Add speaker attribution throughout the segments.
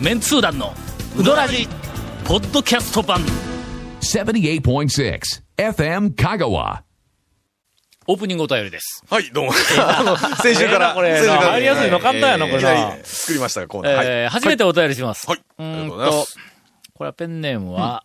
Speaker 1: メンツー団のウドラジポッドキャスト版
Speaker 2: 78.6 FM Kagawa.
Speaker 1: オープニングお便りです
Speaker 3: はい、どうも。 あの、先週から、
Speaker 4: ええなこれ
Speaker 3: 先週から。
Speaker 4: 入りやすいの簡単やな
Speaker 3: ええ
Speaker 4: これない
Speaker 3: きなり作りましたが、コーナー。はい。
Speaker 1: えー初めてお便りします。
Speaker 3: はい。あ
Speaker 1: うーん
Speaker 3: りがとうございます。
Speaker 1: これはペンネームは、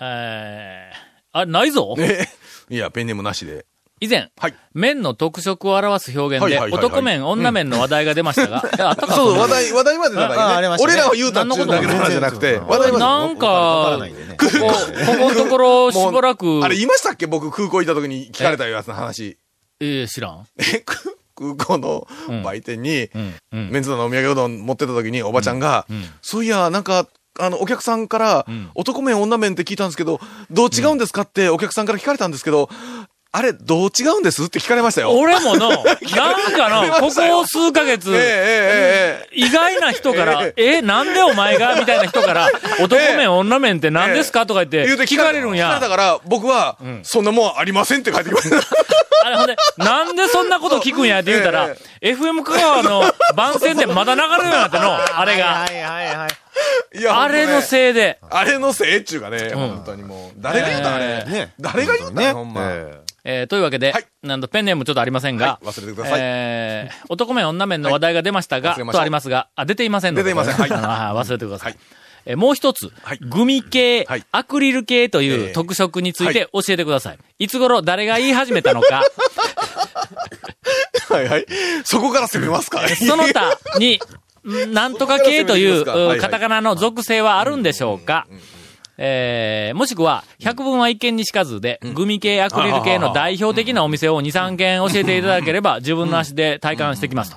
Speaker 1: えーあ、ないぞ
Speaker 3: え えいや、ペンネームなしで。
Speaker 1: 以前、
Speaker 3: はい
Speaker 1: 麺の特色を表す表現で、
Speaker 3: はいはいはいはい
Speaker 1: 男麺、女麺の話題が出ましたが、えあったか
Speaker 3: そう、話題、話題までだか
Speaker 4: あああり
Speaker 3: ら
Speaker 4: ま
Speaker 3: ね。
Speaker 4: したね
Speaker 3: 俺らは言うたっていうだけの話じゃなくて、話題まで。
Speaker 1: なんか、
Speaker 4: ないんでね
Speaker 1: ここ、ここのとこ ろ、しばらく
Speaker 3: あ、れ、言いましたっけ僕、空港行った時に聞かれたやつの話。
Speaker 1: えー知らん。
Speaker 3: え、く空港の売店に、
Speaker 1: うん
Speaker 3: メンズのお土産うどん持ってた時に、おばちゃんが、そういや、なんか、あの、お客さんから、男麺、女麺って聞いたんですけど、どう違うんですかってお客さんから聞かれたんですけど、あれ、どう違うんですって聞かれましたよ。
Speaker 1: 俺もの、なん
Speaker 3: 聞かれ
Speaker 1: かの、
Speaker 3: ま
Speaker 1: こ
Speaker 3: したよ
Speaker 1: こ数ヶ月、
Speaker 3: ええええええ
Speaker 1: 意外な人から、え
Speaker 3: え
Speaker 1: なんでお前がみたいな人から、男麺、女麺って何ですかとか言
Speaker 3: 言
Speaker 1: っ
Speaker 3: う
Speaker 1: て、
Speaker 3: て
Speaker 1: 聞かれるん
Speaker 3: 聞か
Speaker 1: や
Speaker 3: れ。たから、僕は、そんなもんありませんって書いてきました。
Speaker 1: あれほんで、なんでそんなこと聞くんやって言うたら、FM 香川の番宣でまだ流れるようになったの、あれが
Speaker 4: は。いはいはいはい。
Speaker 3: いや
Speaker 1: あれの
Speaker 3: い。
Speaker 1: せいで、
Speaker 3: あれのせいっちゅうかね、本当にもう。誰が言うたんあ
Speaker 1: え
Speaker 3: れ。
Speaker 4: ね。
Speaker 3: 誰が言うたんやほんま。
Speaker 4: え
Speaker 1: えーというわけで、
Speaker 3: はい
Speaker 1: なんとペンネームちょっとありませんが、
Speaker 3: はい忘れてください
Speaker 1: えー男麺、女麺の話題が出ましたが、
Speaker 3: はい忘れましょう
Speaker 1: とありますが、あ、出ていませんので
Speaker 3: 出ていませんはい
Speaker 1: あのはい忘れてください。
Speaker 3: はい
Speaker 1: えーもう一つ、
Speaker 3: はい
Speaker 1: グミ系、
Speaker 3: はい
Speaker 1: アクリル系とい
Speaker 3: え
Speaker 1: う
Speaker 3: え
Speaker 1: 特色について教えてください。いつ頃誰が言い始めたの か、
Speaker 3: はいはい。そこから攻めますか
Speaker 1: その他に、んなんとか系とい
Speaker 3: そこから攻めていきますかは
Speaker 1: う、
Speaker 3: い
Speaker 1: カタカナの属性はあるんでしょうかえーもしくは、百聞は一見にしかずで、グミ系、アクリル系の代表的なお店を2、3軒教えていただければ、自分の足で体感してきますと。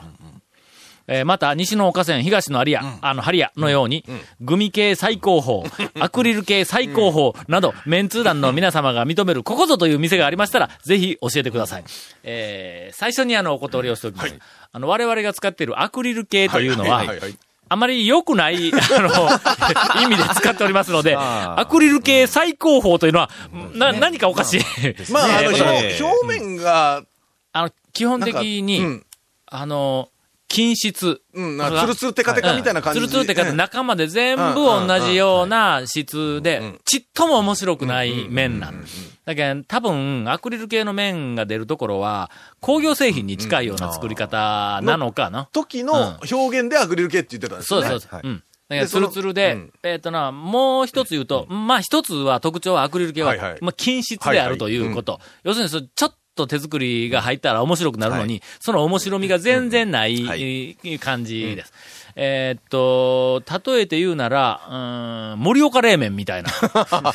Speaker 1: えーまた、西の岡線、東の有屋、あの、針屋のように、グミ系最高峰、アクリル系最高峰など、メンツー団の皆様が認める、ここぞという店がありましたら、ぜひ教えてください。えー最初にあの、お断りをしておきます。あの、我々が使っているアクリル系というのは、
Speaker 3: いはい。
Speaker 1: あまり良くない、 あの、意味で使っておりますので、
Speaker 4: あー
Speaker 1: アクリル系最高峰というのは、な、何かおかしい。
Speaker 3: ま あ、あの、
Speaker 4: ねえ
Speaker 3: 表
Speaker 4: え
Speaker 3: 表面が、
Speaker 1: あの、基本
Speaker 3: なんか
Speaker 1: 的に、
Speaker 3: うん
Speaker 1: あの、均質。
Speaker 3: うん、なんかツルツルテカテ
Speaker 1: う
Speaker 3: カ
Speaker 1: ん
Speaker 3: みたいな感じ
Speaker 1: ツルツルってか、
Speaker 3: うん
Speaker 1: 中まで全部
Speaker 3: うん
Speaker 1: 同じような質で
Speaker 3: ん、
Speaker 1: ちっとも面白くない面なん。だけど、多分、アクリル系の面が出るところは、工業製品に近いような作り方なのかな。
Speaker 3: 時の表現でアクリル系って言ってたんです
Speaker 1: そ
Speaker 3: よ
Speaker 1: う
Speaker 3: ね。
Speaker 1: そうそう。
Speaker 4: はい
Speaker 1: うん。だから
Speaker 3: で
Speaker 1: ツ
Speaker 3: その
Speaker 1: ルツルで、
Speaker 3: うん
Speaker 1: えっ、とな、もう一つ言うと、まあ一つは特徴はアクリル系は、
Speaker 3: はいはい
Speaker 1: まあ均質であるということ。要するにその、ちょっと手作りが入ったら面白くなるのに、その面白みが全然ない、
Speaker 4: はい
Speaker 1: えー感じです。えーっと、例えて言うなら、うーん、盛岡冷麺みたいな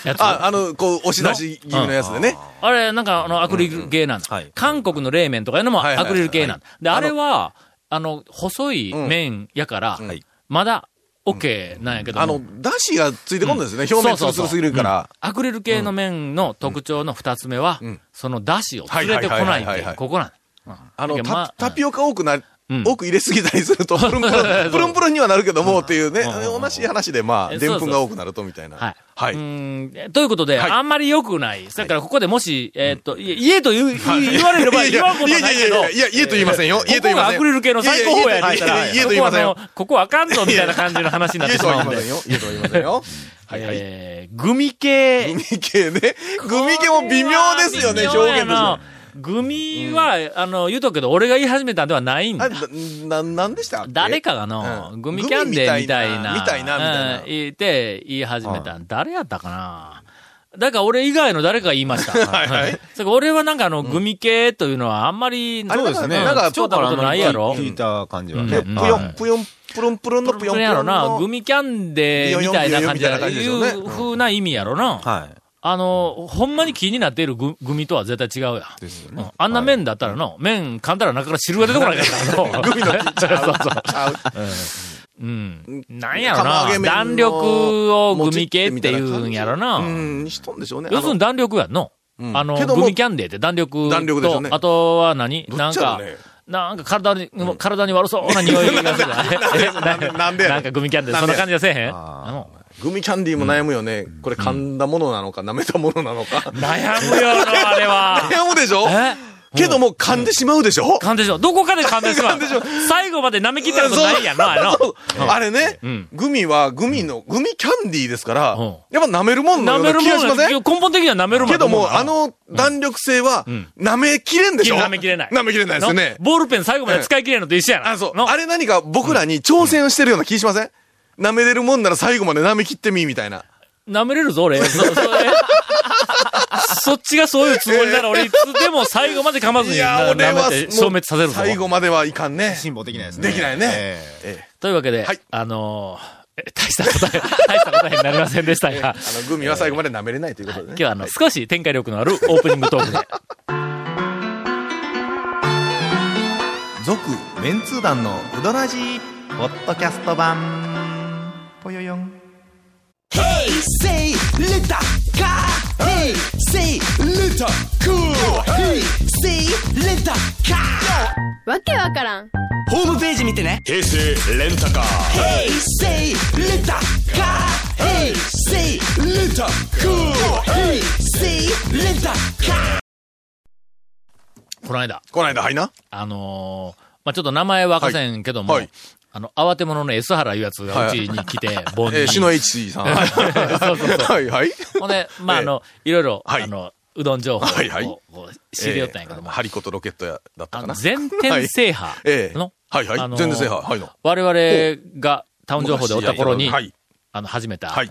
Speaker 1: やつ。
Speaker 3: あ、あの、こう、押し出し気味のやつでね。
Speaker 1: あれ、なんか、あの、アクリル系なんです、
Speaker 4: うんはい
Speaker 1: 韓国の冷麺とかいうのも
Speaker 3: はいは
Speaker 1: ア
Speaker 3: いはい
Speaker 1: クリル系なんですで、あ
Speaker 3: の
Speaker 1: れは、あの、細い麺やから、
Speaker 4: はい
Speaker 1: まだ、オッケーなんやけども
Speaker 3: あの、出汁がついてこんですね。表面ツルツルすぎるから。
Speaker 1: アクリル系の面の特徴の二つ目は、
Speaker 3: ん
Speaker 1: その出汁を連れてこないっ
Speaker 3: はいはいはい
Speaker 1: て
Speaker 3: はい
Speaker 1: い
Speaker 3: は
Speaker 1: う、
Speaker 3: い
Speaker 1: ここなんだ
Speaker 3: あ
Speaker 1: い
Speaker 3: の、
Speaker 1: や
Speaker 3: タ
Speaker 1: まあ
Speaker 3: タピオカ多くな、
Speaker 1: うん
Speaker 3: 多く入れすぎたりす ると、プルンプルン、プルンプルンにはなるけどもっていうね、同じ話でま
Speaker 1: えそう
Speaker 3: あ、で
Speaker 1: そうん
Speaker 3: ぷんが多くなるとみたいな。
Speaker 1: はい。
Speaker 3: は
Speaker 1: う
Speaker 3: い。
Speaker 1: ーんということで、
Speaker 3: はい
Speaker 1: あんまり良くない。だからここでもし、えーっと、い家という、い言われれば
Speaker 3: い
Speaker 1: 言
Speaker 3: や
Speaker 1: わんことないけど、
Speaker 3: いやいやいやいや、家と言いませんよ。家
Speaker 1: ことこ
Speaker 3: 言いま
Speaker 1: が
Speaker 3: せん
Speaker 1: アクリル系の最高峰やで言った
Speaker 3: い
Speaker 1: ら、
Speaker 3: やいや家と言いません
Speaker 1: こ
Speaker 3: よ
Speaker 1: こはあのここはあかんぞみたいな感じの話になって
Speaker 3: 家
Speaker 1: し
Speaker 3: とは
Speaker 1: まう
Speaker 3: 言
Speaker 1: んで
Speaker 3: いません。よ。家とは言いませんよ。はいはい。
Speaker 1: えーグミ系。
Speaker 3: グミ系ね。グミ系も微妙ですよ
Speaker 1: これは
Speaker 3: ね、表現として
Speaker 1: 微妙や
Speaker 3: は
Speaker 1: な。グミは、あの、言うとくけど、俺が言い始めたんではないんだ
Speaker 3: あ。な、ななんでしたっけ
Speaker 1: 誰かがの、
Speaker 3: うん
Speaker 1: グミキャンデーみたいな、
Speaker 3: みたいな、みたいな
Speaker 1: うん
Speaker 3: みたいな。
Speaker 1: 言って、言い始めた。誰やったかなだから俺以外の誰かが言いました。はい
Speaker 3: はい
Speaker 1: それから俺はなんかあの、グミ系というのはあんまり、
Speaker 3: あれ
Speaker 4: そうですね
Speaker 1: ん
Speaker 3: なんか
Speaker 1: 超ったことないやろ。
Speaker 4: 聞いた感じは
Speaker 1: う
Speaker 4: ね。
Speaker 1: ん
Speaker 3: ぷよん、ぷよん、ぷるんぷるんのぷよんぷ
Speaker 1: や
Speaker 3: よ
Speaker 1: ろ
Speaker 3: ん
Speaker 1: な、グ
Speaker 3: の。
Speaker 1: ミキャンデーみたいな感じだ
Speaker 3: みたいな感じで
Speaker 1: い
Speaker 3: しょうね
Speaker 1: う風な意味やろな。
Speaker 4: は
Speaker 1: あの、ほんまに気になっているググミとは絶対違うやん。
Speaker 4: い。ですよ
Speaker 1: うん
Speaker 4: ね。
Speaker 1: あんな麺だったらの、麺噛んだら中から汁が出てこない から。グミの そうそうそう。
Speaker 3: ちゃう
Speaker 1: うん。なんやろ
Speaker 3: 釜揚
Speaker 1: な。
Speaker 3: げ麺の
Speaker 1: 弾力をグミ系っていうんやろ
Speaker 3: う
Speaker 1: な。
Speaker 3: ん、にしとんでしょうね。
Speaker 1: 要するに弾力やんの。
Speaker 3: うん
Speaker 1: あの、
Speaker 3: けど
Speaker 1: グ
Speaker 3: も
Speaker 1: ミキャンデーって弾力と。
Speaker 3: 弾力でしょうね
Speaker 1: あとは何なん
Speaker 3: やろ
Speaker 1: か
Speaker 3: ね、
Speaker 1: なんか体に、体に悪そうな匂いがする。
Speaker 3: なんでなんでやろ
Speaker 1: なんかグミキャンデー、そんな感じはせえへんあの
Speaker 3: グミキャンディーも悩むよね。これ噛んだものなのか、舐めたものなのか。
Speaker 1: 悩むよな、あれは。
Speaker 3: 悩むでしょ
Speaker 1: え
Speaker 3: けども噛んでしまうでしょ、
Speaker 1: 勘でしょ。どこかで勘でしょ
Speaker 3: 勘でしょ。
Speaker 1: 最後まで舐め切ったことないやんな、あれな。
Speaker 3: そうあれね、
Speaker 1: うん
Speaker 3: グミはグミの、グミキャンディーですから、
Speaker 1: うん
Speaker 3: やっぱ舐めるもんの
Speaker 1: 舐
Speaker 3: よう
Speaker 1: め
Speaker 3: な
Speaker 1: る
Speaker 3: 気がし
Speaker 1: も
Speaker 3: ま
Speaker 1: ん
Speaker 3: せ
Speaker 1: や
Speaker 3: ん
Speaker 1: 根本的には舐めるもん
Speaker 3: け
Speaker 1: やと
Speaker 3: ど
Speaker 1: 思う
Speaker 3: も、
Speaker 1: な
Speaker 3: あ、の弾力性は、
Speaker 1: ん
Speaker 3: 舐めきれんでしょ
Speaker 1: 舐めきれない
Speaker 3: 舐めきれないですよね
Speaker 1: の。ボールペン最後まで使い切れんのと一緒やな。
Speaker 3: あ、そう。
Speaker 1: の
Speaker 3: あれ何か僕らに挑戦してるような気しません舐めれるもんなら最後まで舐めきってみ、みたいな。
Speaker 1: 舐めれるぞ、俺。そ そそっちがそういうつもりなら、俺、いつでも最後まで噛まずに、な舐めて消滅させるぞ。
Speaker 3: 最後まではいかんね。
Speaker 4: 辛抱できないですね。
Speaker 3: できないね
Speaker 4: ええ
Speaker 1: というわけで、
Speaker 3: はい
Speaker 1: あのーえ大した答え、大した答えになりませんで したが、
Speaker 3: あの、グミは最後まで舐めれないということでね。
Speaker 1: 今日はあの、少し展開力のあるオープニングトー クで。
Speaker 4: 続、メンツー団のうどらじ、ポッドキャスト版、ぽよよん。
Speaker 5: Say little car. Hey, say little cool. Hey, say little car.
Speaker 6: わけわからん
Speaker 5: ホームページ見てね。平成レンタカー。Hey, say little car. Hey, say little cool. Hey, say little car.
Speaker 1: この間、
Speaker 3: この間、はいな。
Speaker 1: あのーまあ、ちょっと名前は明かせんけども、
Speaker 3: はいはい
Speaker 1: あの、慌て者の S 原いうやつがうちに来て、盆に。
Speaker 3: えー、篠 H さん。
Speaker 1: そうそうそう。
Speaker 3: はいはい。
Speaker 1: ほんで、まあ、あの、いろいろ、
Speaker 3: はい
Speaker 1: あの、うどん情報を、
Speaker 3: はいはい
Speaker 1: こうこう知り寄ったんやけども、
Speaker 3: えーハリコとロケットやだった
Speaker 1: あ
Speaker 3: か
Speaker 1: の
Speaker 3: な。
Speaker 1: 全店制覇
Speaker 3: ええ
Speaker 1: の、
Speaker 3: はいはい
Speaker 1: あのー
Speaker 3: 全店制覇はいの
Speaker 1: 我々がタウン情報でおった頃に、
Speaker 3: はい。
Speaker 1: あの、始めた、
Speaker 3: はい。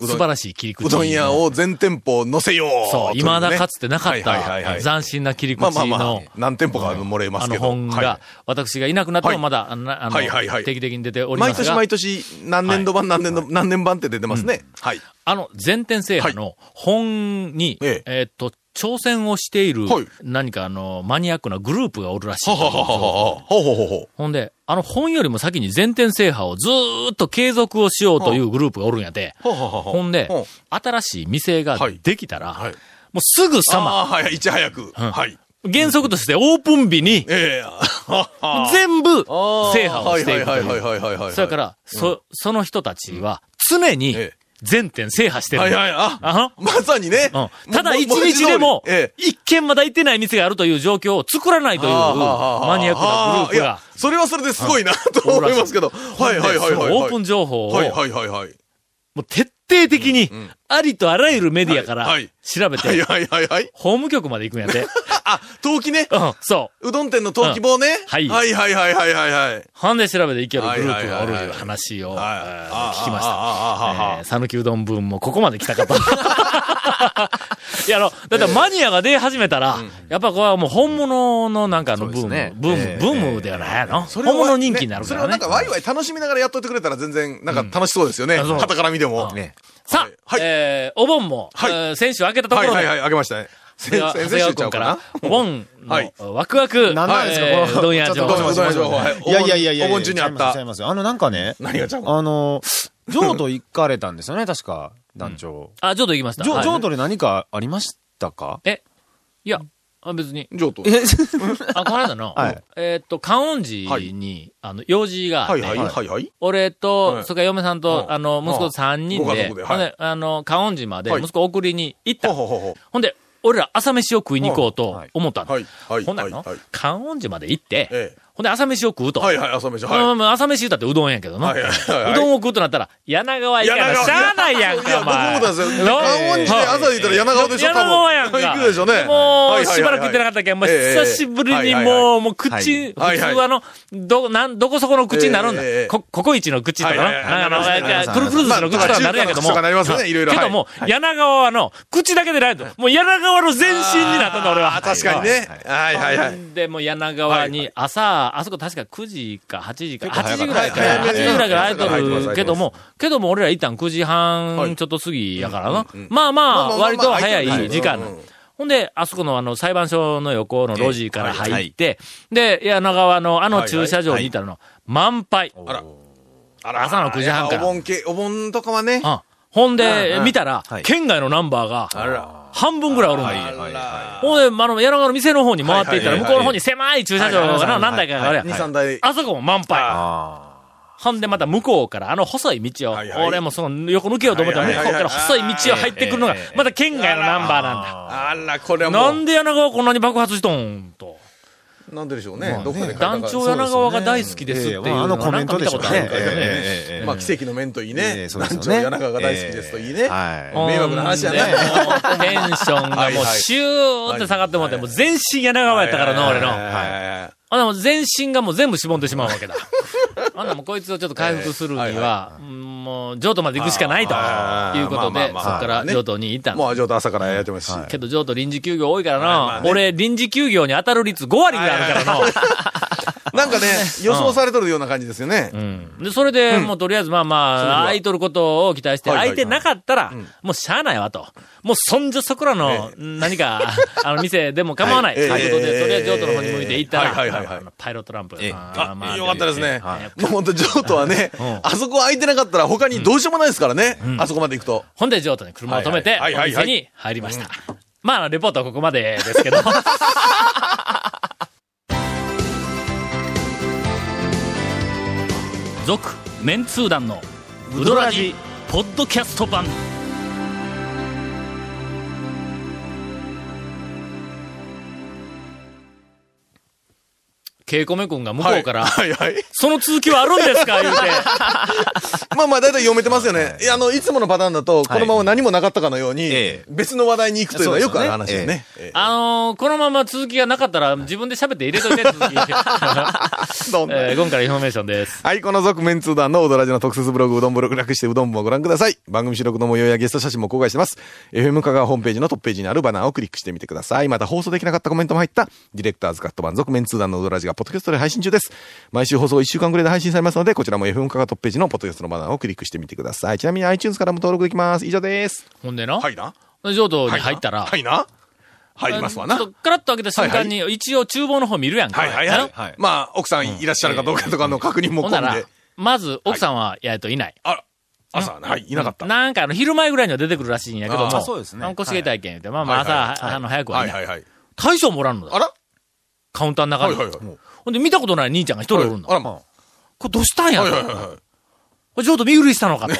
Speaker 3: うどん
Speaker 1: 素晴らしい切り口。
Speaker 3: うどん屋を全店舗載せよう
Speaker 1: そう、
Speaker 3: とい
Speaker 1: 未
Speaker 3: ね
Speaker 1: だかつてなかっ
Speaker 3: はいはいはいは
Speaker 1: た
Speaker 3: い
Speaker 1: 斬新な切り
Speaker 3: まあ
Speaker 1: 口
Speaker 3: まあまあ
Speaker 1: の、、
Speaker 3: 何店舗か漏れま
Speaker 1: あ
Speaker 3: す
Speaker 1: の
Speaker 3: けど。
Speaker 1: 本
Speaker 3: は
Speaker 1: が
Speaker 3: い、
Speaker 1: 私がいなくなってもまだ、あの、あの
Speaker 3: はいはいはい
Speaker 1: 定期的に出ておりま
Speaker 3: 毎
Speaker 1: す
Speaker 3: 年
Speaker 1: が、
Speaker 3: 毎年、何年度版、何年度、何年版って出てますね。はい。
Speaker 1: あの、全店制覇の本に、
Speaker 3: ええ
Speaker 1: えーっと、挑戦をしている
Speaker 3: はい、
Speaker 1: 何かあの、マニアックなグループがおるらしい。
Speaker 3: はははははは。ほうほうほうほう。
Speaker 1: ほんで、あの本よりも先に全店制覇をずーっと継続をしようというグループがおるんやで、
Speaker 3: ほうほうほうほう
Speaker 1: ほんで
Speaker 3: ほう、
Speaker 1: 新しい店が
Speaker 3: はい
Speaker 1: できたら、
Speaker 3: はい
Speaker 1: もうすぐさま、
Speaker 3: ああ、はい、いち早く。はい。
Speaker 1: 原則としてオープン日に
Speaker 3: ええ
Speaker 1: 全部
Speaker 3: あー
Speaker 1: 制覇をしていくと。
Speaker 3: はいはいいうはいはいはいはい。、
Speaker 1: それからら、そ、その人たちは常に
Speaker 3: ええ
Speaker 1: 全店制覇してる。
Speaker 3: はいはい、あ、
Speaker 1: あは
Speaker 3: まさにね。
Speaker 1: うんただ一日でも
Speaker 3: 文字通りええ、
Speaker 1: 一軒まだ行ってない店があるという状況を作らないという
Speaker 3: あーはーはー
Speaker 1: マニアックなグループ
Speaker 3: い
Speaker 1: が
Speaker 3: や、それはそれですごいなと思いますけど。はいはいはい
Speaker 1: そ
Speaker 3: はい。
Speaker 1: のオープン情報を、
Speaker 3: はいはいはいはい。
Speaker 1: もう徹底的に、ありとあらゆるメディアから
Speaker 3: はいはい
Speaker 1: 調べ
Speaker 3: はい
Speaker 1: て、
Speaker 3: はいはいはい。
Speaker 1: 法務局まで行くんや で。
Speaker 3: あ、陶器ね
Speaker 1: う。ん、そう。
Speaker 3: うどん店の陶器棒ね。
Speaker 1: はい
Speaker 3: はいはいはいはいはいはい。
Speaker 1: ほんで調べていけるグループがおると
Speaker 3: はいはいいうはい
Speaker 1: 話を、え
Speaker 3: はい
Speaker 1: ー
Speaker 3: あー
Speaker 1: 聞きまし
Speaker 3: あーあーあーあ
Speaker 1: た。
Speaker 3: ー
Speaker 1: えー讃岐うどん分もここまで来たか と。いや、あの、だってマニアが出始めたら、やっぱこれはもう本物のなんかあのブーム、
Speaker 4: そうですね
Speaker 1: ブーム、
Speaker 4: えー
Speaker 1: ブームではないの、
Speaker 3: それ
Speaker 1: 本
Speaker 3: を
Speaker 1: 物人気になるから
Speaker 3: それを
Speaker 1: ね。
Speaker 3: なんかワイワイ楽しみながらやっといてくれたら全然、なんか楽しそうですよね。
Speaker 1: んあそう
Speaker 3: 肩から見ても。
Speaker 1: うん
Speaker 3: ね。
Speaker 1: さあ、
Speaker 3: はい
Speaker 1: えーお盆も、
Speaker 3: はい
Speaker 1: えー先週開けたとこ
Speaker 3: はい
Speaker 1: ろで、
Speaker 3: はいはい、あげましたね。
Speaker 1: では、長谷川君から、お盆
Speaker 3: はい
Speaker 1: のワクワク、
Speaker 4: なんなんですか、
Speaker 1: えー
Speaker 4: この。
Speaker 1: うどん屋
Speaker 4: ちょ
Speaker 1: 情
Speaker 4: っ
Speaker 1: 報
Speaker 4: と。
Speaker 3: うどん屋情報はい
Speaker 4: いやいやいやいや。
Speaker 3: お盆中にあった
Speaker 4: ちゃいますちゃいますあの、なんかね。
Speaker 3: 何がちゃうの
Speaker 4: あの、譲渡行かれたんですよね、確か、団長。
Speaker 1: あ、ちょっと行きました。
Speaker 4: 譲
Speaker 1: はい
Speaker 4: 譲渡で何かありましたか
Speaker 1: え、いや、あ別に。
Speaker 3: 上等。
Speaker 4: え、
Speaker 1: あ、この間 の、
Speaker 4: はい
Speaker 1: えーっと、観音寺に、あの、用事があ
Speaker 3: は
Speaker 1: っ
Speaker 3: い
Speaker 1: て、
Speaker 3: はいはいはい。
Speaker 1: 俺と、
Speaker 3: はい
Speaker 1: それから嫁さんと、
Speaker 3: うん
Speaker 1: あの、息子と3人
Speaker 3: ご家
Speaker 1: で、
Speaker 3: 族で
Speaker 1: ほん
Speaker 3: は
Speaker 1: で、あの、観音寺まで、
Speaker 3: はい
Speaker 1: 息子を送りに行った。
Speaker 3: ほうほうほうほ
Speaker 1: ほんで、俺ら朝飯を食いに行こうと思ったの。
Speaker 3: うはいはい。
Speaker 1: ほんならの、
Speaker 3: はいはい
Speaker 1: 観音寺まで行って、
Speaker 3: ええ
Speaker 1: ほんで朝飯を食うと。
Speaker 3: はいはい、朝飯。
Speaker 1: まあ
Speaker 3: は
Speaker 1: まあ朝飯言ったってうどんやけどな。
Speaker 3: はいはいはいはいう
Speaker 1: どんを食うとなったら、柳川行かな、しゃあないやん
Speaker 3: い
Speaker 1: か、お
Speaker 3: や、僕も
Speaker 1: 前。
Speaker 3: なんですよ。
Speaker 1: の
Speaker 3: 観音寺で朝で言ったら柳川でしょ、
Speaker 1: 柳
Speaker 3: 多分。
Speaker 1: 川やんか。
Speaker 3: 行くでしょうね。
Speaker 1: も
Speaker 3: は
Speaker 1: う、
Speaker 3: いはいはいはい
Speaker 1: しばらく行ってなかったけん、もう
Speaker 3: ええ
Speaker 1: 久しぶり
Speaker 3: はい
Speaker 1: に
Speaker 3: はいはい
Speaker 1: もう、もう口、普通
Speaker 3: はい
Speaker 1: はあの、ど、なん、どこそこの口になるんだ
Speaker 3: ええええ。
Speaker 1: こ、ココイチの口とかな。
Speaker 3: はいはいはい
Speaker 1: なんかあ
Speaker 3: な
Speaker 1: の
Speaker 3: り
Speaker 1: いや
Speaker 4: ます
Speaker 1: クルクル寿司の口とかになるんやけども。
Speaker 3: まあ中華の口とかなりますよねいろいろ
Speaker 1: けども、柳川はの、口だけでないと。もう柳川の全身になったんだ、俺は。
Speaker 3: あー確かにね。はいはいはい。
Speaker 1: で、もう柳川に朝、あそこ確か9時か8時か、
Speaker 4: 結構
Speaker 1: 8
Speaker 4: 早
Speaker 1: 時
Speaker 4: かった
Speaker 1: ぐらいか
Speaker 3: はい
Speaker 1: ら、
Speaker 3: 早
Speaker 1: 8
Speaker 3: めに
Speaker 1: 時ぐらいから空い
Speaker 3: 入ってま
Speaker 1: と
Speaker 3: す
Speaker 1: るけども、けども俺ら一旦9時
Speaker 3: は
Speaker 1: 半
Speaker 3: い
Speaker 1: ちょっと過ぎやからな
Speaker 3: うんうん。
Speaker 1: まあま
Speaker 3: まあま
Speaker 1: あ、
Speaker 3: あまあ
Speaker 1: 割と早い時間
Speaker 3: 入ってますようんうん。
Speaker 1: ほんで、あそこのあの裁判所の横の路地から
Speaker 3: ええはい
Speaker 1: 入って、で、柳川のあの駐車場にいたの、満杯。
Speaker 3: あら。あ
Speaker 1: 朝の9時半から
Speaker 3: やっぱお盆系、お盆とかはね。
Speaker 1: うんほんで、見たら
Speaker 4: は、い
Speaker 1: 県外のナンバーが、
Speaker 3: ら。
Speaker 1: 半分ぐらいおるんだよ。
Speaker 4: はいは
Speaker 1: ほんで、あの、柳川の店の方に回っていったら、
Speaker 3: はいはいはい
Speaker 1: 向こうの方に狭い駐車場
Speaker 4: はい
Speaker 1: が
Speaker 4: はい
Speaker 1: 何台かがあるやん
Speaker 3: 2、。3台。
Speaker 1: あそこも満杯。
Speaker 4: あ
Speaker 1: ほんでまた向こうから、あの細い道を、
Speaker 3: はいはい
Speaker 1: 俺もその横抜けようと思ったら、向
Speaker 3: はい
Speaker 1: こ
Speaker 3: は
Speaker 1: う
Speaker 3: いはい
Speaker 1: から細い道を入ってくるのが
Speaker 4: ええええ、
Speaker 1: また県外のナンバーなんだ。
Speaker 4: あ。
Speaker 3: あら、これはも
Speaker 1: な
Speaker 3: う。
Speaker 1: んで柳川こんなに爆発しとんと。
Speaker 3: なんででしょうね。どっかで
Speaker 1: 団長柳川が大好きですっていう
Speaker 4: まああ
Speaker 1: の
Speaker 4: の
Speaker 1: が
Speaker 4: コ
Speaker 1: なん
Speaker 4: メン
Speaker 1: か
Speaker 4: ト
Speaker 1: 見た
Speaker 4: でし
Speaker 1: こ
Speaker 4: ょう
Speaker 1: と
Speaker 4: ね
Speaker 1: あるからね。
Speaker 4: ええええええ
Speaker 3: まあ、奇跡の面といい
Speaker 4: え
Speaker 3: ね。
Speaker 4: えそうです
Speaker 3: 団
Speaker 4: よ
Speaker 3: 長
Speaker 4: ね
Speaker 3: 柳川が大好きですといい
Speaker 4: え
Speaker 3: ね
Speaker 4: え。はい
Speaker 3: 迷惑な話やね。
Speaker 1: もうテンションがもうシューって下がってもって、もう全身柳川やったからな、俺の。
Speaker 3: は
Speaker 1: あでも全身がもう全部しぼんでしまうわけだ。 あんなもうこいつをちょっと回復するには、うんもう上都まで行くしかないと
Speaker 3: あー
Speaker 1: いうことで、そこ
Speaker 3: まあまあまあ
Speaker 1: から上都に行った
Speaker 3: い。
Speaker 1: の。
Speaker 3: もう、ちょっと朝からやってますし。
Speaker 1: けど上都臨時休業多いから
Speaker 3: ま
Speaker 1: な
Speaker 3: あ、ね
Speaker 1: 俺臨時休業に当たる率5割ぐらいあるからな。
Speaker 3: なんかね、予想されとるような感じですよね。
Speaker 1: で、それで、もうとりあえずまあま
Speaker 3: それで
Speaker 1: あ、
Speaker 3: は
Speaker 1: 空いとることを期待して、
Speaker 3: はいはい
Speaker 1: 空
Speaker 3: はい
Speaker 1: いてなかったら、もうしゃあないわと。もうそんじょそこらの
Speaker 3: え、
Speaker 1: 何か、 あの、店でも構わない。と
Speaker 3: はいいう
Speaker 1: こと
Speaker 3: え
Speaker 1: で、
Speaker 3: え
Speaker 1: とりあえず上都の方に向いて行った
Speaker 3: はいはいはいは
Speaker 1: ら
Speaker 3: い
Speaker 1: あの、パイロットランプ。
Speaker 4: ええ
Speaker 1: あーまあ
Speaker 3: よかったですね。
Speaker 1: はい
Speaker 3: もう本当、ジョートはね、あそこ空いてなかったら他にどうしようもないですからね。あそこまで行くと。
Speaker 1: ほんで、上都に車を止めて、
Speaker 3: はい
Speaker 1: お
Speaker 3: はいはいはい
Speaker 1: 店に入りました。まああの、レポートはここまでです けど。続、メンツー団の、ウドラジ、ポッドキャスト版。ケイコメ君が向こうから、
Speaker 3: はいはいはい。
Speaker 1: その続きはあるんですか言うて。
Speaker 3: まあまあ、だいたい読めてますよね。いや、あの、いつものパターンだと、このまま何もなかったかのように
Speaker 4: ええ、
Speaker 3: 別の話題に行くというのはよくある話ですね。え
Speaker 1: あのーこのまま続きがなかったら、自分で喋って入れといて、続き。
Speaker 3: えどうも
Speaker 1: えー、ゴンからインフォメーションです。
Speaker 3: はい、この続面通談のうどラジの特設ブログ、うどんブログ略してうどん部もご覧ください。番組収録の模様やゲスト写真も公開してます。FM 香川ホームページのトップページにあるバナーをクリックしてみてください。また放送できなかったコメントも入った、ディレクターズカット版続面通談のうどラジがポッドキャストで配信中です。毎週放送1週間くらいで配信されますので、こちらも FM 香川トップページのポッドキャストのバナーをクリックしてみてください。ちなみに iTunes からも登録できます。以上です。
Speaker 1: ほんでな、
Speaker 3: いな。
Speaker 1: 上等に入ったら、
Speaker 3: いな。入
Speaker 1: ちょっとカラッと開けた瞬間に、一応厨房の方見るやんか。やろ
Speaker 4: はい
Speaker 3: まあ、奥さんいらっしゃるかどうかとかの確認も
Speaker 1: ほんなら、まず奥さんは、やっといない。
Speaker 3: あら、朝、はい、いなかった。
Speaker 1: なんかあの、昼前ぐらいには出てくるらしいんやけど
Speaker 3: あー
Speaker 1: も、
Speaker 4: そうですね
Speaker 1: あの腰が痛いけん言うて、まあまあ
Speaker 3: はい
Speaker 1: 朝、
Speaker 3: はい
Speaker 1: あの、早くはいない。
Speaker 3: いはい。
Speaker 1: 大将もおらんのだ。
Speaker 3: あら
Speaker 1: カウンターの中に。
Speaker 3: はいはいはい
Speaker 1: ほんで、見たことない兄ちゃんが一人おるんだ。
Speaker 3: あらま
Speaker 1: これどうしたんや
Speaker 3: あ。
Speaker 1: ろ
Speaker 3: はいはいはいは
Speaker 1: これ上等見狂いしたのかと。
Speaker 3: い。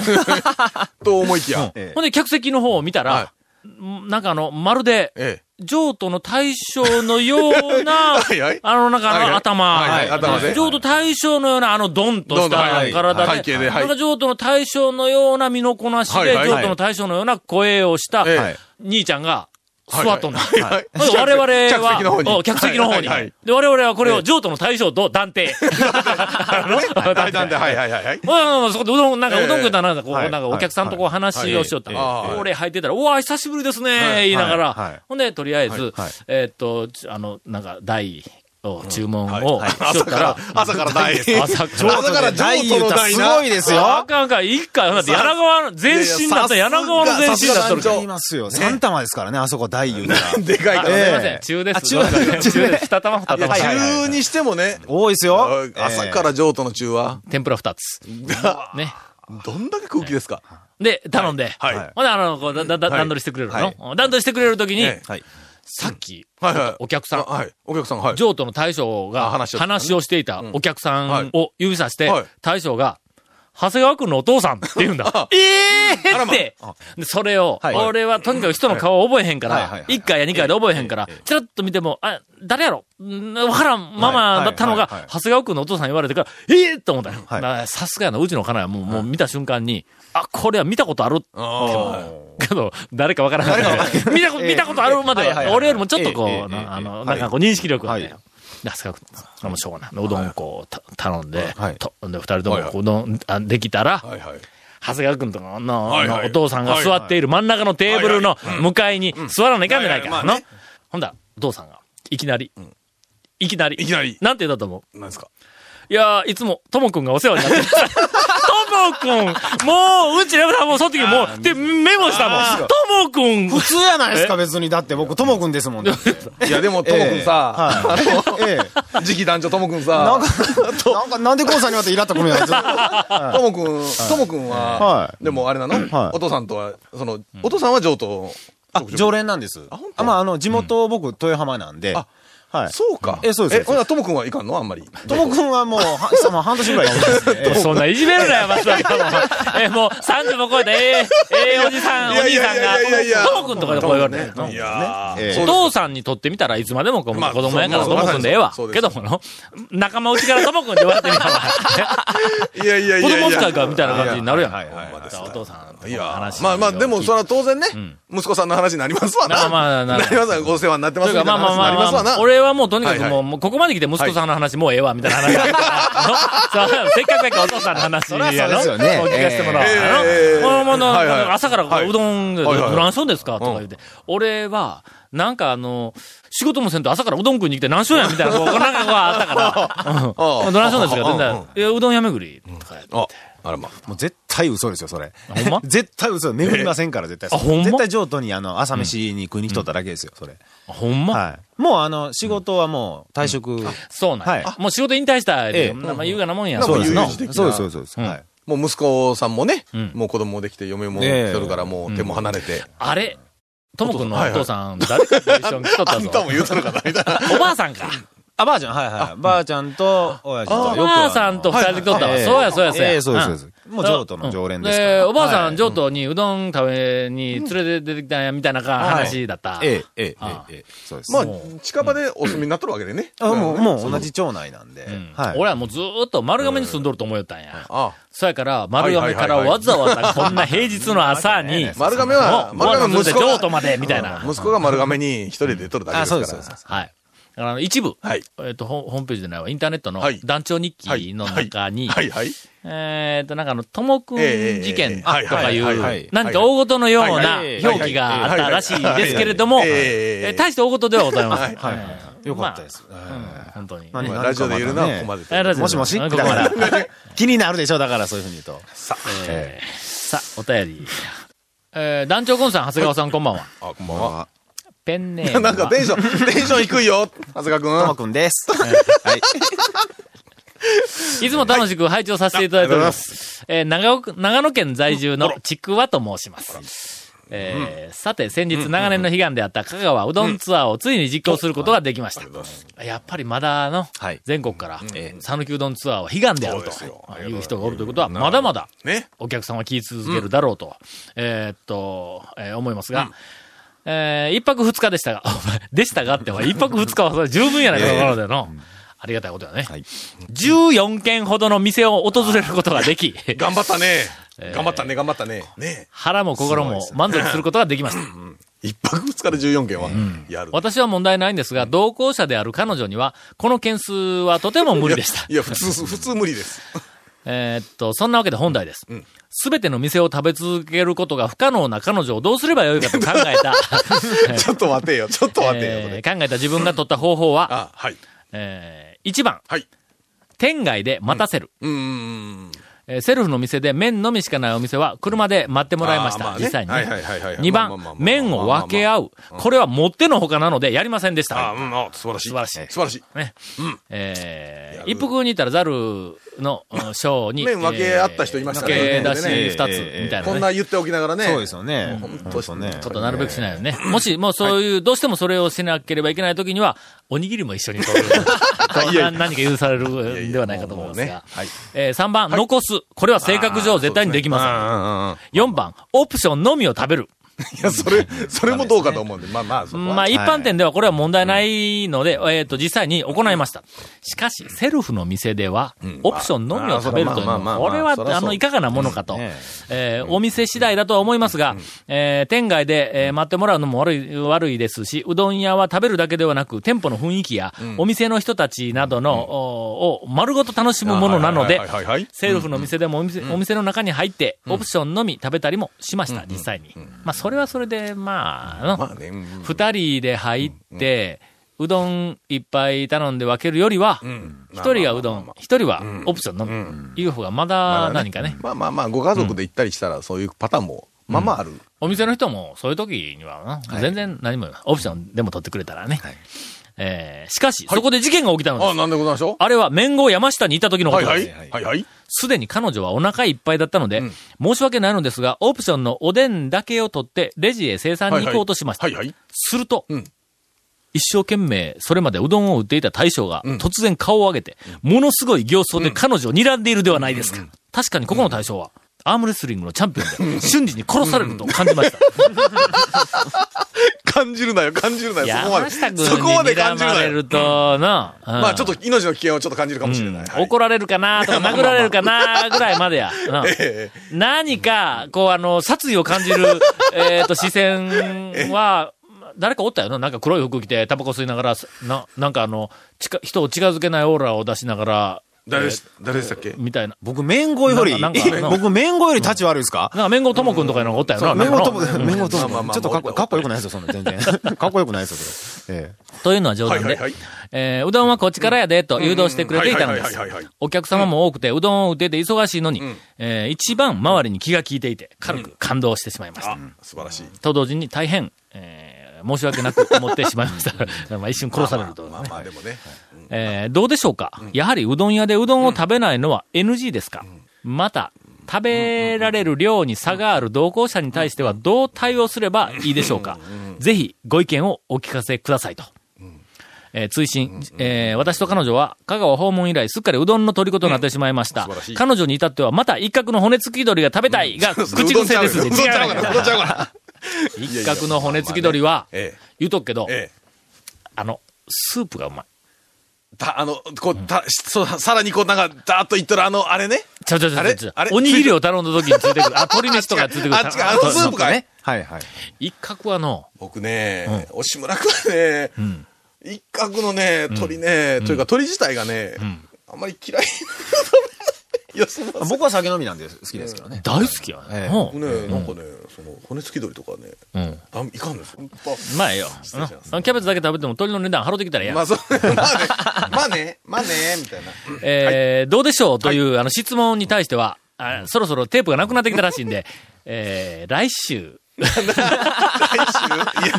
Speaker 3: と思いきや。
Speaker 4: ええ
Speaker 1: ほんで、客席の方を見たら、
Speaker 3: は
Speaker 1: んなんかあの、まるで、
Speaker 3: え
Speaker 1: 譲渡の大将のような、
Speaker 3: はいはい
Speaker 1: あの、なんかあの、
Speaker 3: はいはい
Speaker 1: 頭、
Speaker 3: はいはい頭で
Speaker 1: 譲渡大将のような、あの、ドンとし
Speaker 3: ドンと
Speaker 1: た
Speaker 3: はいはい
Speaker 1: 体で、
Speaker 3: はい体型ではい
Speaker 1: なんか譲渡の大将のような身のこなしで、
Speaker 3: はいはい
Speaker 1: 譲渡の大将のような声をした、
Speaker 3: え。
Speaker 4: はい
Speaker 1: 兄ちゃんが、
Speaker 3: はい
Speaker 1: 座っとんだ。
Speaker 3: はいはい
Speaker 1: ほんで我々は、
Speaker 3: 客席の方に
Speaker 1: お客席の方に。
Speaker 3: はいはいはい
Speaker 1: で、我々はこれ
Speaker 3: え
Speaker 1: を
Speaker 3: え
Speaker 1: 譲渡の大将と断 定。
Speaker 3: はい大胆で、はいはいはいはい。
Speaker 1: うん、そこでうどん、なんか
Speaker 3: ええ
Speaker 1: うどん食うたらなんかこう、
Speaker 4: はい
Speaker 1: なんかお客さんとこう話をしよった。
Speaker 3: はいはい
Speaker 1: 俺入ってたら、おわ、久しぶりですね、
Speaker 3: はい
Speaker 1: 言いながら。
Speaker 4: はいはい
Speaker 1: ほんで、とりあえず、
Speaker 4: はい
Speaker 1: えーっと、ちあの、なんか、台を注文
Speaker 3: はい
Speaker 1: をしよ
Speaker 3: 朝
Speaker 1: った
Speaker 3: から
Speaker 1: ら、、
Speaker 3: 朝から大変。
Speaker 1: 朝か
Speaker 3: 上
Speaker 1: ら。
Speaker 3: 手だから上等の台
Speaker 4: す
Speaker 3: な
Speaker 4: ごいです
Speaker 1: あ
Speaker 4: よ。
Speaker 1: かんあかん、一回、だって柳川の、全身だった、
Speaker 3: いやいや
Speaker 1: 柳川の全身だった
Speaker 3: さすがさすが団長
Speaker 4: いますよ。三玉ですからね、あそこ大湯が。
Speaker 3: でかいから
Speaker 1: すい
Speaker 3: ね。
Speaker 1: ません、中です。
Speaker 4: あ中です
Speaker 1: 中です。二玉二
Speaker 3: いや
Speaker 1: 玉。
Speaker 4: はいはいはい
Speaker 3: 中にしてもね、
Speaker 4: 多いですよ。
Speaker 3: 朝から上等の中は、
Speaker 1: 天ぷら二つ。ね。
Speaker 3: どんだけ空気ですか
Speaker 1: で、頼んで。
Speaker 3: はい
Speaker 1: ほんで、あの、こう、だ、だ、だ
Speaker 3: はい
Speaker 1: 段取りしてくれる
Speaker 4: はい
Speaker 1: の段取りしてくれるときに
Speaker 3: ええ、
Speaker 4: はい。
Speaker 1: さっき、
Speaker 3: はいはい。
Speaker 1: お客さん
Speaker 3: あはい。お客さん、はい。
Speaker 1: 譲渡の大将が
Speaker 3: あ話を
Speaker 1: 話をしていたお客さんを指さして
Speaker 3: はい、
Speaker 1: 大将が、長谷川君のお父さんって言うんだ。ええ
Speaker 3: あら
Speaker 1: ーっ
Speaker 3: ま
Speaker 1: て、でそれを、
Speaker 4: はい
Speaker 1: 俺はとにかく人の顔を覚えへんか
Speaker 4: はいはい
Speaker 1: ら
Speaker 4: は、い
Speaker 1: 一回や二回で覚えへんから、ちらっと見ても、あ、誰やろんわからんままだったの
Speaker 4: はいはい
Speaker 1: が
Speaker 4: はい、
Speaker 1: 長谷川君のお父さん言われてから、ええと思ったよ。
Speaker 4: はい
Speaker 1: なさすがやな、うちの家内はもう、もう見た瞬間に、あ、これは見たことある
Speaker 3: あ
Speaker 1: けど、誰かわからない。見たこと、見たことあるまで
Speaker 4: えええ
Speaker 1: は、
Speaker 4: え
Speaker 1: 俺よりもちょっとこ
Speaker 4: ええ
Speaker 1: う、
Speaker 4: ええええ
Speaker 1: なあの、
Speaker 4: はい
Speaker 1: なんかこう認識力があったよ
Speaker 4: は。
Speaker 1: で、すがく、あもうしょうがない。うどんこうた、頼んで
Speaker 4: はい、
Speaker 1: と、で、二人とも
Speaker 3: はいはい
Speaker 1: こううどん、あできたら
Speaker 3: あ。、はいはい。
Speaker 1: 長谷川くんとかの、
Speaker 3: はいはい
Speaker 1: のお父さんが座っている真ん中のテーブルの
Speaker 3: はいはいうん
Speaker 1: 向かいに座らないかんじゃない
Speaker 3: は
Speaker 1: か。
Speaker 3: いはいまあ
Speaker 1: の
Speaker 3: ね
Speaker 1: ほんだら、お父さんが、いきなり、いきなり、
Speaker 3: いきなり
Speaker 1: なんて言ったと思う
Speaker 3: 何ですか
Speaker 1: いやー、いつも、ともくんがお世話になって る。ともくんもう、うちのさんもうその時もう、で、メモしたもん。ともくん
Speaker 4: 普通やないですか、別に。だって僕、ともくんですもんね。
Speaker 3: いや、でも、ともくんさ、
Speaker 4: はい。ええ。
Speaker 3: 次期団長ともくん
Speaker 4: な
Speaker 3: さ
Speaker 4: ん、か、なんか、なんでこうさんにまたイラっとくるんやろずっと
Speaker 3: ともくん、ともくんは
Speaker 4: は、
Speaker 3: でもあれな
Speaker 4: は
Speaker 3: の
Speaker 4: い
Speaker 3: お父さんとは、その、お父さんは上等。
Speaker 4: あ、常連なんです。
Speaker 3: あ本当
Speaker 4: あまあ、あの、地元、僕、豊浜なんで。
Speaker 3: あ
Speaker 6: はい。
Speaker 3: そうか。
Speaker 6: えそうです
Speaker 3: え、ほな、ともくんはいかんのあんまり。
Speaker 6: ともくんはもう、はさまあ半年ぐらいやってますね。
Speaker 1: そんないじめるなよ、 松田さんも。え、もう30も超えた、ええ、ええおじさん、お
Speaker 3: いやい
Speaker 1: 兄
Speaker 3: や
Speaker 1: さん
Speaker 3: いやいやいや
Speaker 1: が、ともくんとかでこう言われてる。
Speaker 3: いやー
Speaker 6: ええ
Speaker 1: お父さんにとってみたらいつまでもこう
Speaker 3: まあ
Speaker 1: 子供やから
Speaker 3: そ
Speaker 1: と
Speaker 3: うま
Speaker 1: も
Speaker 3: あ
Speaker 1: くんでええわ
Speaker 3: そう。です
Speaker 1: けどもの、仲間内からともくんで言われてみたら、
Speaker 3: いやいやい
Speaker 1: 子
Speaker 3: やいや。
Speaker 1: 供使いかみたいな感じになるやん。
Speaker 6: はいはいはい
Speaker 1: ほんまですかお父さんと
Speaker 3: い
Speaker 1: の
Speaker 3: や
Speaker 1: 話。
Speaker 3: まあまあ、でも、それは当然ね、息子さんの話になりますわな。
Speaker 1: まあまあな
Speaker 3: な
Speaker 1: る
Speaker 3: りますわご世話になってま
Speaker 1: とい
Speaker 3: す
Speaker 1: う
Speaker 3: みた
Speaker 1: か、
Speaker 3: いな
Speaker 1: まあまあ
Speaker 3: 話に
Speaker 1: ま
Speaker 3: なりま
Speaker 1: あ
Speaker 3: すわ
Speaker 1: ま
Speaker 3: な。
Speaker 1: あ、俺はもうとにかく
Speaker 3: はい
Speaker 1: も
Speaker 3: は
Speaker 1: う、もうここまで来て息子さんの話もうええわ、みたいな話だから。 そうせっかくやからお父さんの話やろ。
Speaker 6: そりゃそうですよね
Speaker 1: お聞かせてもらおう
Speaker 3: ええ
Speaker 1: あの
Speaker 3: ええ
Speaker 1: このもの
Speaker 3: はいはい
Speaker 1: 朝からこ
Speaker 3: は
Speaker 1: う
Speaker 3: いう
Speaker 1: どん、ブ
Speaker 3: はいはい
Speaker 1: ランションですかとか言って。俺は、なんかあの、仕事もせんと朝からうどん食いに来て何しようやみたいな、こう、なんかこうあったからうん。どないしようですか全然。いや、うどんやめぐり。とか言って
Speaker 3: あ、あらまあ。
Speaker 6: もう絶対嘘ですよ、それ。
Speaker 1: あほんま
Speaker 6: 絶対嘘。巡りませんから、絶対。
Speaker 1: あほんま
Speaker 6: 絶対上等に、あの、朝飯に食いに来とっただけですよ、それ。
Speaker 1: あほんま
Speaker 6: はい。もう、あの、仕事はもう、退職。
Speaker 1: そうなんや
Speaker 6: は
Speaker 1: もう仕事引退した
Speaker 6: ええ
Speaker 1: い。まあ優雅なもんや。
Speaker 6: そうです
Speaker 3: もう
Speaker 6: ね。
Speaker 3: 有事的
Speaker 6: そうで
Speaker 3: な
Speaker 6: す、そうですそうです。
Speaker 1: ん
Speaker 6: はい。
Speaker 3: もう息子さんもね、
Speaker 1: ん
Speaker 3: もう子供もできて、嫁も来とるから、もう手も離れて。
Speaker 1: あれ、ともくんのお父さん、誰かと一緒に来とった
Speaker 3: あんたも
Speaker 1: ぞ。
Speaker 3: 言うたのかな、みたいな。
Speaker 1: おばあさんか。
Speaker 6: あ、ばあちゃん、はいはい。ばあちゃんと、親父とよく
Speaker 1: お
Speaker 6: あの。
Speaker 1: ばあさんと二人で来とったわ。
Speaker 6: ええ
Speaker 1: そうや、そうや、そう
Speaker 6: え
Speaker 1: や。
Speaker 6: えそうです、そう
Speaker 1: す。
Speaker 6: です。もう上都の常連ですから。
Speaker 1: で、おばあさ
Speaker 6: はい
Speaker 1: ん、上都にうどん食べに連れて出てきたんや、みたいな話だった。
Speaker 6: ええ、ええ、え
Speaker 1: ああ
Speaker 6: えええ、そうです。
Speaker 3: ま
Speaker 6: ま
Speaker 3: あ、近場でお住みになっとるわけでね。
Speaker 6: あ、もう、
Speaker 3: ん
Speaker 6: もう同じ町内なんで
Speaker 1: うん。
Speaker 6: はい。
Speaker 1: 俺はもうずーっと丸亀に住んどると思いよったんや。
Speaker 3: あ
Speaker 1: そやから、丸亀から
Speaker 3: はいはいはいはい
Speaker 1: わざわざこんな平日の朝に、
Speaker 3: 丸亀は、
Speaker 1: もう
Speaker 3: 丸亀は
Speaker 1: もう
Speaker 3: 息子
Speaker 1: 上
Speaker 3: が
Speaker 1: 都、まで、みたいな。
Speaker 3: 息子が丸亀に一人で出とるだけ
Speaker 6: あ、
Speaker 3: ですか
Speaker 6: そう
Speaker 3: ら。
Speaker 6: です、そうです。
Speaker 1: はい。だから一部、
Speaker 3: はい
Speaker 1: えっ、と、ホホームページじゃないわ、インターネットの
Speaker 3: はい
Speaker 1: 団長日記の中に、
Speaker 3: はいはい。
Speaker 1: えっ、と、なんかあの、ともくん事件と
Speaker 3: ええええええ
Speaker 1: かい
Speaker 3: はいはいは
Speaker 1: う
Speaker 3: い、
Speaker 1: 何か大事のような
Speaker 6: はいはい
Speaker 1: 表記があったらしいですけれども、
Speaker 3: はいはいはい
Speaker 1: えー大して大事ではございません。
Speaker 6: はいはいはい。よかったです。
Speaker 1: まあうん本当に。
Speaker 6: 何
Speaker 1: ね
Speaker 6: が
Speaker 3: まあラジオで言うのはここまでという
Speaker 1: えーラジオ
Speaker 6: もしもし
Speaker 1: こ
Speaker 6: み
Speaker 1: こ
Speaker 6: た
Speaker 1: まで
Speaker 6: いな気になるでしょ、だからそういうふうに言うと。
Speaker 1: えーさあ、お便り。えー、団長コンさん、長谷川さん、こんばんは。
Speaker 3: あ、こんばんは。
Speaker 1: ペンネームは。
Speaker 3: なんかテンション、 テンション低いよ、長谷
Speaker 6: と
Speaker 3: 川
Speaker 6: も
Speaker 3: くん。
Speaker 6: くんです。はい。
Speaker 1: いつも楽しく拝聴させていただいております。えー長岡長野県在住のちくわと申します。えーさて、先日長年の悲願であった香川うどんツアーをついに実行することができました。やっぱりまだあの
Speaker 6: はい、
Speaker 1: 全国から
Speaker 6: ええ、
Speaker 1: 讃岐うどんツアーは悲願である
Speaker 3: そうですよ
Speaker 1: という人がおるということは、まだまだ
Speaker 3: ね。
Speaker 1: お客さんは聞き続けるだろうと、えーっと、えー思いますが、えー一泊二日でしたが、 お前でしたがって、 お前一泊二日はそれ十分やないか、なのでの。ありがたいことだね。
Speaker 6: い
Speaker 1: 14軒ほどの店を訪れることができ、
Speaker 3: 頑張ったね。頑張ったね、頑張ったね。ね
Speaker 1: 腹も心も満足することができました。
Speaker 3: 一泊二日で14件はやる。
Speaker 1: 私は問題ないんですが、同行者である彼女には、この件数はとても無理でした。
Speaker 3: いや、普 通、普通無理です。
Speaker 1: えーっと、そんなわけで本題です。すべ、ての店を食べ続けることが不可能な彼女をどうすればよいかと考えた、
Speaker 3: ちょっと待てよ、ちょっと待てよ、
Speaker 1: え
Speaker 3: それ。
Speaker 1: ー考えた自分が取った方法は、
Speaker 3: あ、はい。
Speaker 1: えー、1番、
Speaker 3: はい。
Speaker 1: 店外で待たせる。
Speaker 3: うーん。
Speaker 1: えーセルフの店で麺のみしかないお店は車で待ってもらいました。
Speaker 3: あーまあね
Speaker 1: 実際に、ね
Speaker 3: はいはいはいはい
Speaker 1: 2
Speaker 3: まあまあま
Speaker 1: 番、
Speaker 3: あまあ
Speaker 1: 麺を分け合う。これはもってのほかなのでやりませんでし
Speaker 3: あ、
Speaker 1: た。
Speaker 3: うん、あ、素晴らしい。
Speaker 1: 素晴らしい
Speaker 3: 素晴らしい。
Speaker 1: ね
Speaker 3: ん
Speaker 1: え
Speaker 3: や
Speaker 1: ー、
Speaker 3: る
Speaker 1: 一服にいたらザルのうん賞に。
Speaker 3: 麺分け合った人いますからね
Speaker 1: えー分け
Speaker 3: ねえ
Speaker 1: 出し2
Speaker 6: え
Speaker 1: つ
Speaker 6: え
Speaker 1: みたいな、ね。
Speaker 3: こんな言っておきながらね。
Speaker 6: そうですよね。本
Speaker 3: 当です
Speaker 6: 当ね。
Speaker 1: ちょっとなるべくしないよね。もし、もうそういう、どうしてもそれをしなければいけないときには、おにぎりも一緒に取 る。こ うな何か許されるんではないかと思います
Speaker 3: いやいや
Speaker 1: が
Speaker 3: もうねはい。
Speaker 1: えー3番、残す。これは性格上絶対にできま
Speaker 3: あ
Speaker 1: せん。4番、オプションのみを食べる。
Speaker 3: ー。いや、それ、それもどうかと思うんで。まあまあ、そこは
Speaker 1: まあ、一般店ではこれは問題ないので、えっと、実際に行いました。しかし、セルフの店では、オプションのみを食べるというの
Speaker 3: まあま
Speaker 1: は、
Speaker 3: あまあまあ
Speaker 1: これは
Speaker 3: そりゃ、そう
Speaker 1: あの、いかがなものかと
Speaker 6: ね。
Speaker 1: えーお店次第だとは思いますが、えー店外で、えー待ってもらうのも悪い、悪いですし、うどん屋は食べるだけではなく、店舗の雰囲気や、お店の人たちなどの、おを丸ごと楽しむものなので
Speaker 3: はいはいはいはいはい、
Speaker 1: セルフの店でもお店お店の中に入って、オプションのみ食べたりもしました、実際に。まあ、それはそれで、まああの、
Speaker 3: まあね。うん
Speaker 1: 二人で入って、うどんいっぱい頼んで分けるよりは、一人がうどん、一人はオプションのみ、いう方がまだ何かね、
Speaker 3: まあまあまあ、ご家族で行ったりしたら、そういうパターンも、まあまあある。
Speaker 1: お店の人もそういう時にはな、全然何も、オプションでも取ってくれたらね。えーしかし、そこで事件が起きたので
Speaker 3: あ、
Speaker 1: す。
Speaker 3: なんでございましょう
Speaker 1: あれは、面後山下にいた時のこ
Speaker 3: は
Speaker 1: と
Speaker 3: いは
Speaker 1: です。
Speaker 3: い。はいはい。
Speaker 1: すでに彼女はお腹いっぱいだったので、申し訳ないのですが、オプションのおでんだけを取って、レジへ生産に行こうとしました
Speaker 3: はいはいはいはい。
Speaker 1: すると
Speaker 3: うん、
Speaker 1: 一生懸命、それまでうどんを売っていた大将が、突然顔を上げて、ものすごい形相で彼女を睨んでいるではないですか。確かにここの大将は、アームレスリングのチャンピオ ンで、瞬時に殺されると感じました。
Speaker 3: 感じるなよ、感じるなよ、 そこま
Speaker 1: 山
Speaker 3: で。
Speaker 1: 下君
Speaker 3: そこま
Speaker 1: に
Speaker 3: で感
Speaker 1: 睨
Speaker 3: じる
Speaker 1: ま
Speaker 3: な
Speaker 1: れ
Speaker 3: よ。
Speaker 1: ると、な、うん
Speaker 3: まあちょっと命の危険をちょっと感じるかもしれない。はい
Speaker 1: 怒られるかなとか、殴られるかなぐらいま でや。うん
Speaker 3: ええ
Speaker 1: 何か、こう、あの、殺意を感じる、 えっと、視線は、誰かおったよななんか黒い服着て、タバコ吸いながら、な、なんかあの、近人を近づけないオーラを出しながら、
Speaker 3: 誰でし誰でしたっけ
Speaker 1: みたいな。
Speaker 6: 僕、メンゴより、
Speaker 1: なんかなんか
Speaker 6: え僕、メンゴより立ち悪いですか
Speaker 1: なんか、面後ともくんとかいうのがおったよな。
Speaker 6: メン
Speaker 1: なん
Speaker 6: ゴ
Speaker 1: か
Speaker 6: と
Speaker 1: の
Speaker 6: も、メンゴと
Speaker 3: まあまあま
Speaker 6: も、
Speaker 3: あ
Speaker 6: ちょっとかっこかっこよくないですよ、そんな、全然。かっこよくないですよ、それ。ええ
Speaker 1: というのは冗談
Speaker 3: はい
Speaker 1: で
Speaker 3: はいはい、
Speaker 1: えーうどんはこっちからやで、と誘導してくれていたので
Speaker 3: うん
Speaker 1: す
Speaker 3: はいはいはいはいはい。
Speaker 1: お客様も多くて、うどんを打てて忙しいのに、えー一番周りに気が利いていて、軽く感動してしまいました
Speaker 3: あ。、素晴らしい。
Speaker 1: と同時に大変、えー申し訳なく思ってしまいました。まあ一瞬殺されると、
Speaker 3: まあまあでもね。
Speaker 1: えーどうでしょうか、やはりうどん屋でうどんを食べないのは NG ですか、また、食べられる量に差がある同行者に対してはどう対応すればいいでしょうか、ぜひご意見をお聞かせくださいと。えー追伸、えー私と彼女は香川訪問以来すっかりうどんの虜となってしまいました。
Speaker 3: 素晴らしい
Speaker 1: 彼女に至ってはまた一角の骨付き鶏が食べたいが口癖です。
Speaker 3: うどんちゃうがなうどんちゃうがな
Speaker 1: 一角の骨付き鳥は、
Speaker 3: ええ
Speaker 1: 言うとくけど、
Speaker 3: ええ。
Speaker 1: あの、スープがうまい。
Speaker 3: た、あの、こう、た、しそうさらにこう、なんか、ダーッといっとる、あの、あれね。
Speaker 1: ちょちょちょ
Speaker 3: あれ
Speaker 1: ちょ
Speaker 3: あれ
Speaker 1: おにぎりを頼んだ時についてく る。あ、鶏飯とかついてくる。
Speaker 3: あ違うあのスープかい
Speaker 6: はい、はい。
Speaker 1: 一角はの、
Speaker 3: 僕ね、押しむらくはね、一角のね、鳥ね、というか鳥自体がね、あんまり嫌い。いや、そんな。
Speaker 6: 僕は酒飲みなんで好きですけどね。
Speaker 1: 大好きやね
Speaker 6: え。え
Speaker 1: う
Speaker 3: 僕
Speaker 1: ん
Speaker 3: ね、なんかね、その、骨付き鳥とかね、
Speaker 1: ん
Speaker 3: あんいかんですよ。
Speaker 1: うまいよ。
Speaker 3: 失
Speaker 1: う
Speaker 3: 礼します
Speaker 1: んキャベツだけ食べても鳥の値段払ってきたらええやん
Speaker 3: まあ、そう、まあね、まあね、まあね、みたいな。
Speaker 1: えーどうでしょうという、あの質問に対しては、あそろそろテープがなくなってきたらしいん で、えー来週。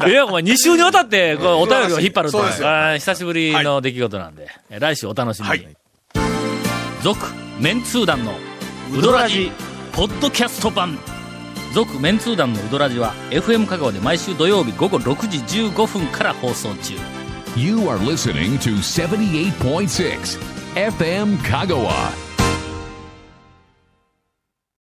Speaker 1: いや、お前2週にわたって、こう、お便りを引っ張ると
Speaker 3: そうですよ
Speaker 1: あー久しぶりの出来事なんで、えー来週お楽しみ
Speaker 3: は
Speaker 1: に
Speaker 3: い。
Speaker 1: 続、メンツー団の、ウドラジ、ポッドキャスト版。続、メンツー団のウドラジは、FM 香川で毎週土曜日午後6時15分から放送中。
Speaker 2: You are listening to 78.6 FM Kagawa.